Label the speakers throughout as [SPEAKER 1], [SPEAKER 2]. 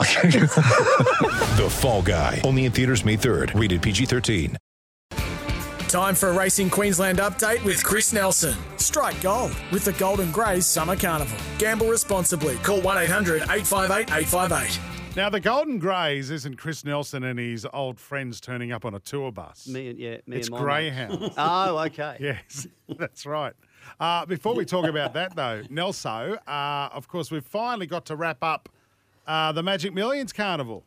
[SPEAKER 1] The Fall Guy. Only in theaters May 3rd. Rated PG-13.
[SPEAKER 2] Time for a Racing Queensland update with Chris Nelson. Strike gold with the Golden Greys Summer Carnival. Gamble responsibly. Call 1 800 858 858.
[SPEAKER 3] Now, the Golden Greys isn't Chris Nelson and his old friends turning up on a tour bus.
[SPEAKER 4] Me and yeah, me
[SPEAKER 3] it's
[SPEAKER 4] and my
[SPEAKER 3] Greyhound.
[SPEAKER 4] mate. Oh, okay.
[SPEAKER 3] yes, that's right. Uh, before we talk about that, though, Nelso, uh, of course, we've finally got to wrap up uh, the Magic Millions Carnival.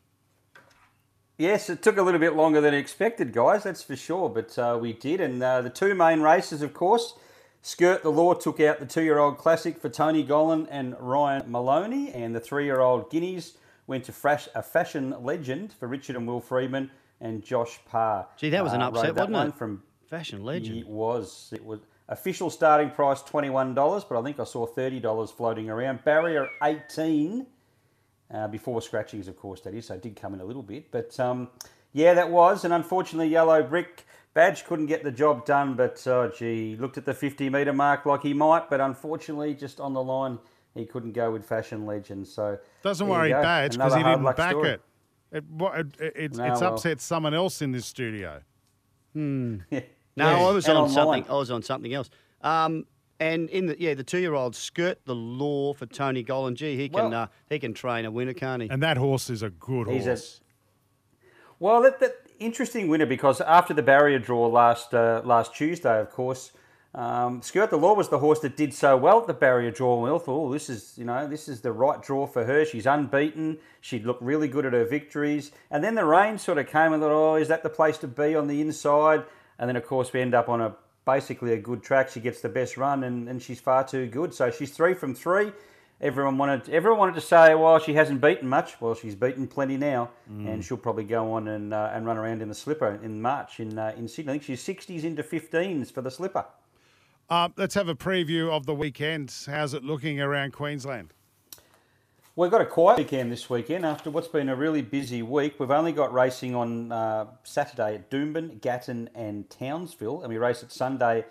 [SPEAKER 5] Yes, it took a little bit longer than expected, guys, that's for sure, but uh, we did. And uh, the two main races, of course, Skirt the Law took out the two year old classic for Tony Golan and Ryan Maloney, and the three year old Guineas went to Frash, a fashion legend for Richard and Will Freeman and Josh Parr. Uh,
[SPEAKER 4] Gee, that was an upset,
[SPEAKER 5] rode that
[SPEAKER 4] wasn't
[SPEAKER 5] one
[SPEAKER 4] it?
[SPEAKER 5] From
[SPEAKER 4] Fashion legend.
[SPEAKER 5] It was. It was official starting price twenty one dollars, but I think I saw thirty dollars floating around. Barrier eighteen, uh, before scratchings, of course, that is. So it did come in a little bit, but um, yeah, that was. And unfortunately, Yellow Brick Badge couldn't get the job done. But uh, gee, looked at the fifty metre mark like he might, but unfortunately, just on the line, he couldn't go with Fashion Legend. So
[SPEAKER 3] Doesn't
[SPEAKER 5] there you
[SPEAKER 3] worry,
[SPEAKER 5] go.
[SPEAKER 3] Badge, because he
[SPEAKER 5] Another hard
[SPEAKER 3] didn't
[SPEAKER 5] luck
[SPEAKER 3] back
[SPEAKER 5] story.
[SPEAKER 3] it. It, wa- it, it's
[SPEAKER 5] No,
[SPEAKER 3] it's
[SPEAKER 5] well.
[SPEAKER 3] upset someone else in this studio.
[SPEAKER 4] No, I was
[SPEAKER 5] And
[SPEAKER 4] on
[SPEAKER 5] online.
[SPEAKER 4] something. I was on something else. Um, and in the yeah, the two-year-old skirt the law for Tony Golan. Gee, he can
[SPEAKER 5] Well-
[SPEAKER 4] uh, he can train a winner, can't he?
[SPEAKER 3] And that horse is a good
[SPEAKER 5] He's a-
[SPEAKER 3] horse.
[SPEAKER 5] Well, that, that interesting winner because after the barrier draw last uh, last Tuesday, of course, um, Skirt the Law was the horse that did so well at the barrier draw. We all thought, oh, this is you know this is the right draw for her. She's unbeaten. She'd looked really good at her victories, and then the rain sort of came and thought, oh, is that the place to be on the inside? And then of course we end up on a basically a good track. She gets the best run, and, and she's far too good. So she's three from three. Everyone wanted everyone wanted to say, well, she hasn't beaten much. Well, she's beaten plenty now, and she'll probably go on and uh, and run around in the slipper in March in uh, in Sydney. I think she's sixties into fifteens for the slipper.
[SPEAKER 3] Uh, let's have a preview of the weekend. How's it looking around Queensland?
[SPEAKER 5] We've got a quiet weekend this weekend after what's been a really busy week. We've only got racing on uh, Saturday at Doomben, Gatton, and Townsville, and we race at Sunday,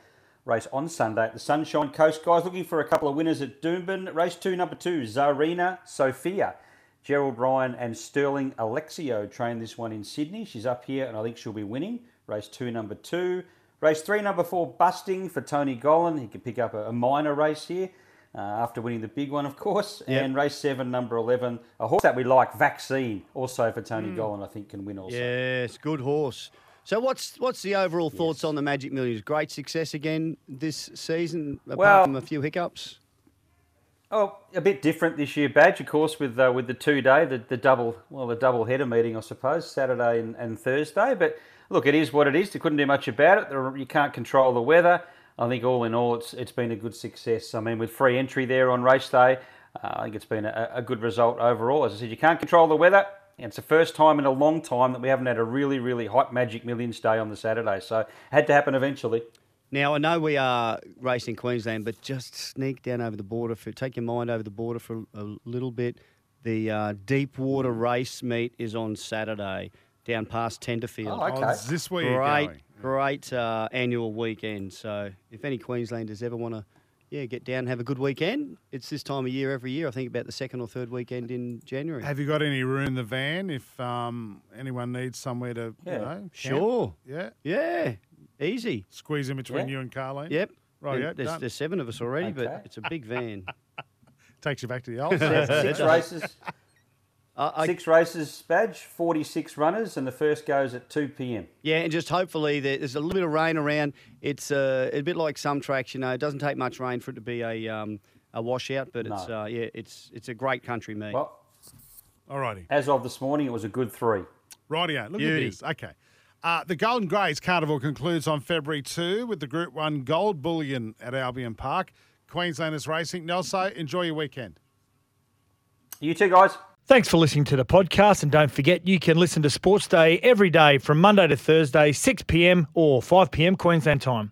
[SPEAKER 5] race on Sunday at the Sunshine Coast. Guys, looking for a couple of winners at Doomben. Race two, number two, Zarina Sophia. Gerald Ryan and Sterling Alexio trained this one in Sydney. She's up here, and I think she'll be winning. Race two, number two. Race three, number four, busting for Tony Golan. He could pick up a, a minor race here uh, after winning the big one, of course. And race seven, number 11, a horse that we like, Vaccine, also for Tony Golan, I think can win also.
[SPEAKER 4] yes, good horse. So what's what's the overall thoughts on the Magic Millions? Great success again this season, apart
[SPEAKER 5] Well-
[SPEAKER 4] from a few hiccups.
[SPEAKER 5] Oh, a bit different this year, Badge, of course, with uh, with the two day, the, the double, well, the double header meeting, I suppose, Saturday and, and Thursday. But look, it is what it is. They couldn't do much about it. There- You can't control the weather. I think all in all, it's it's been a good success. I mean, with free entry there on race day, uh, I think it's been a, a good result overall. As I said, you can't control the weather. It's the first time in a long time that we haven't had a really, really hot Magic Millions day on the Saturday. So it had to happen eventually.
[SPEAKER 4] Now I know we are racing Queensland, but just sneak down over the border for take your mind over the border for a little bit. The uh, deep water race meet is on Saturday down past Tenterfield.
[SPEAKER 5] Oh,
[SPEAKER 3] Oh,
[SPEAKER 5] Okay.
[SPEAKER 3] is this where you're
[SPEAKER 4] great,
[SPEAKER 3] going?
[SPEAKER 4] great uh, annual weekend. So if any Queenslanders ever want to, yeah, get down and have a good weekend, it's this time of year every year. I think about the second or third weekend in January.
[SPEAKER 3] Have you got any room in the van if um, anyone needs somewhere to,
[SPEAKER 5] Yeah.
[SPEAKER 3] you know? camp?
[SPEAKER 4] Sure.
[SPEAKER 3] Yeah.
[SPEAKER 4] Yeah, easy.
[SPEAKER 3] Squeeze in between
[SPEAKER 5] Yeah.
[SPEAKER 3] you and Carlene.
[SPEAKER 4] Yep.
[SPEAKER 3] Right,
[SPEAKER 4] There-
[SPEAKER 3] yeah,
[SPEAKER 4] there's,
[SPEAKER 3] done.
[SPEAKER 4] there's seven of us already,
[SPEAKER 5] Okay.
[SPEAKER 4] but it's a big van.
[SPEAKER 3] Takes you back to the old.
[SPEAKER 5] Six races.
[SPEAKER 4] I, I,
[SPEAKER 5] Six races, badge, 46 runners, and the first goes at 2 p.m.
[SPEAKER 4] Yeah, and just hopefully there, there's a little bit of rain around. It's uh, a bit like some tracks, you know. It doesn't take much rain for it to be a um, a washout, but it's
[SPEAKER 5] No.
[SPEAKER 4] uh, yeah, it's it's a great country meet.
[SPEAKER 5] Well,
[SPEAKER 3] Alrighty.
[SPEAKER 5] as of this morning, it was a good three.
[SPEAKER 3] Rightio. Look
[SPEAKER 4] Beauty.
[SPEAKER 3] at this. Okay. Uh, the Golden Greys Carnival concludes on February 2 with the Group 1 Gold Bullion at Albion Park. Queenslanders Racing. Nelson, enjoy your weekend.
[SPEAKER 5] You two guys.
[SPEAKER 2] Thanks for listening to the podcast. And don't forget, you can listen to Sports Day every day from Monday to Thursday, 6 p.m. or 5 p.m. Queensland time.